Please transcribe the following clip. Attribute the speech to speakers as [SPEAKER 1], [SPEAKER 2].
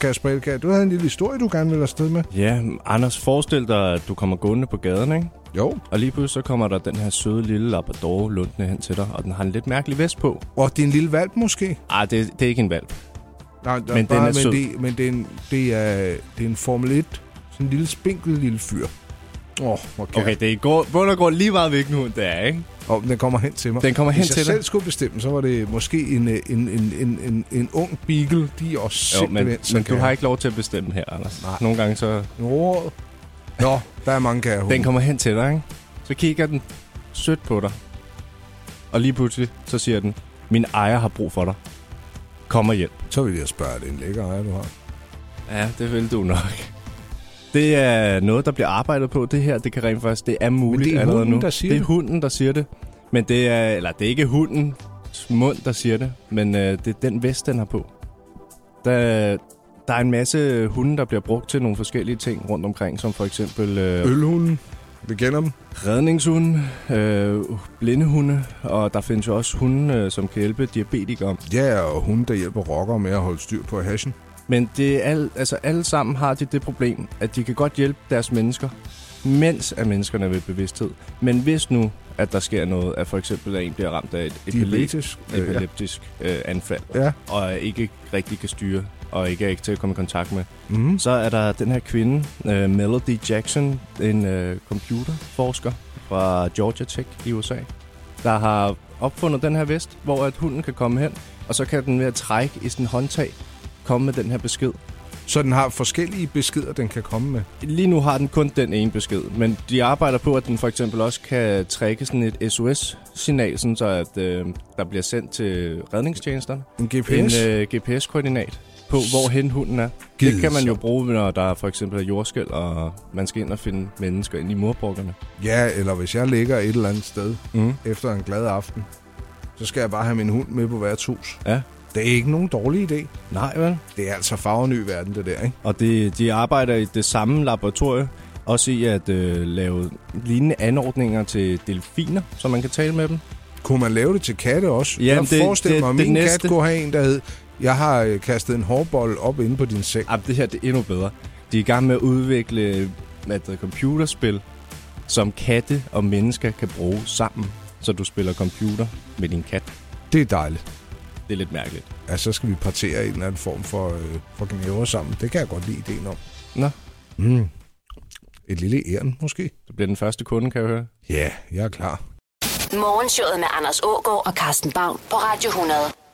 [SPEAKER 1] Kasper Elgaard, du havde en lille historie, du gerne ville afsted med.
[SPEAKER 2] Ja, Anders, forestil dig, at du kommer gående på gaden, ikke?
[SPEAKER 1] Jo.
[SPEAKER 2] Og lige pludselig så kommer der den her søde lille labrador lundende hen til dig, og den har en lidt mærkelig vest på.
[SPEAKER 1] Og det er en lille valp måske?
[SPEAKER 2] Ah, det, det er ikke en valp.
[SPEAKER 1] Nej, der
[SPEAKER 2] Men
[SPEAKER 1] er bare,
[SPEAKER 2] den er sød.
[SPEAKER 1] men, det, men det, er en, det, er, det er en Formel 1. Sådan en lille spinkel lille fyr. Åh, oh, okay.
[SPEAKER 2] Okay,
[SPEAKER 1] okay.
[SPEAKER 2] det er i går, bund og grund lige meget hvilken hund det er, ikke?
[SPEAKER 1] Og den kommer hen til mig.
[SPEAKER 2] Den kommer hen
[SPEAKER 1] Hvis
[SPEAKER 2] til
[SPEAKER 1] jeg
[SPEAKER 2] dig.
[SPEAKER 1] selv skulle bestemme, så var det måske en, øh, en, en, en, en, en ung beagle. De er også
[SPEAKER 2] Jo, men,
[SPEAKER 1] simpelthen så
[SPEAKER 2] men du
[SPEAKER 1] kære.
[SPEAKER 2] har ikke lov til at bestemme her, Anders. Nej. Nogle gange så...
[SPEAKER 1] Nå, Nå, der er mange kære hunde.
[SPEAKER 2] Den kommer hen til dig, ikke? Så kigger den sødt på dig. Og lige pludselig, så siger den, min ejer har brug for dig. Kom og hjælp.
[SPEAKER 1] Så vil jeg spørge, er det en lækker ejer, du har?
[SPEAKER 2] Ja, det vil du nok. Det er noget, der bliver arbejdet på, det her. Det kan rent faktisk, det er muligt
[SPEAKER 1] det er
[SPEAKER 2] allerede
[SPEAKER 1] hunden,
[SPEAKER 2] nu.
[SPEAKER 1] der siger
[SPEAKER 2] det er
[SPEAKER 1] det.
[SPEAKER 2] hunden, der siger det. Men det er, eller det er ikke hunden mund, der siger det, men øh, det er den vest, den har på. Der, der er en masse hunde, der bliver brugt til nogle forskellige ting rundt omkring, som for eksempel øh,
[SPEAKER 1] Ølhunden. Vi kender dem.
[SPEAKER 2] redningshunde, øh, blindehunde, og der findes jo også hunde, øh, som kan hjælpe diabetikere.
[SPEAKER 1] Ja, og hunde, der hjælper rockere med at holde styr på hashen.
[SPEAKER 2] Men det er al, altså alle sammen har de det problem, at de kan godt hjælpe deres mennesker, mens er menneskerne ved bevidsthed. Men hvis nu, at der sker noget, at for eksempel at en bliver ramt af et epileptisk,
[SPEAKER 1] Diabetisk. Øh, ja.
[SPEAKER 2] epileptisk øh, anfald,
[SPEAKER 1] ja.
[SPEAKER 2] og ikke rigtig kan styre, og ikke er ikke til at komme i kontakt med,
[SPEAKER 1] Mm.
[SPEAKER 2] så er der den her kvinde, øh, Melody Jackson, en øh, computerforsker fra Georgia Tech i USA, der har opfundet den her vest, hvor at hunden kan komme hen, og så kan den ved at trække i sin håndtag komme med den her besked.
[SPEAKER 1] Så den har forskellige beskeder, den kan komme med.
[SPEAKER 2] Lige nu har den kun den ene besked, men de arbejder på, at den for eksempel også kan trække sådan et SOS-signal, sådan så at øh, der bliver sendt til redningstjenesterne
[SPEAKER 1] En
[SPEAKER 2] en
[SPEAKER 1] GPS.
[SPEAKER 2] øh, GPS-koordinat på, hvor hen hunden er. Det kan man jo bruge, når der for eksempel er jordskæl, og man skal ind og finde mennesker ind i murbrokkerne.
[SPEAKER 1] Ja, eller hvis jeg ligger et eller andet sted
[SPEAKER 2] Mm.
[SPEAKER 1] efter en glad aften, så skal jeg bare have min hund med på værtshus.
[SPEAKER 2] Ja.
[SPEAKER 1] Det er ikke nogen dårlig idé.
[SPEAKER 2] Nej, vel?
[SPEAKER 1] Det er altså farveny verden, det der, ikke?
[SPEAKER 2] Og det, de arbejder i det samme laboratorie, også i at øh, lave lignende anordninger til delfiner, så man kan tale med dem.
[SPEAKER 1] Kunne man lave det til katte også?
[SPEAKER 2] Jamen,
[SPEAKER 1] jeg
[SPEAKER 2] det-
[SPEAKER 1] forestiller
[SPEAKER 2] det-
[SPEAKER 1] mig, at
[SPEAKER 2] det
[SPEAKER 1] min
[SPEAKER 2] næste-
[SPEAKER 1] kat kunne have en, der hed, jeg har øh, kastet en hårbold op inde på din seng.
[SPEAKER 2] Ah, det her det er endnu bedre. De er i gang med at udvikle hvad det, hedder, computerspil, som katte og mennesker kan bruge sammen, så du spiller computer med din kat.
[SPEAKER 1] Det er dejligt.
[SPEAKER 2] Det er lidt mærkeligt.
[SPEAKER 1] Ja, så skal vi partere en eller anden form for, øh, for knæver sammen. Det kan jeg godt lide ideen om.
[SPEAKER 2] Nå,
[SPEAKER 1] Mm. Et lille æren, måske?
[SPEAKER 2] så bliver den første kunde, kan jeg høre.
[SPEAKER 1] Ja, jeg er klar.
[SPEAKER 3] Morgenshowet med Anders Ågaard og Carsten Baum på Radio 100.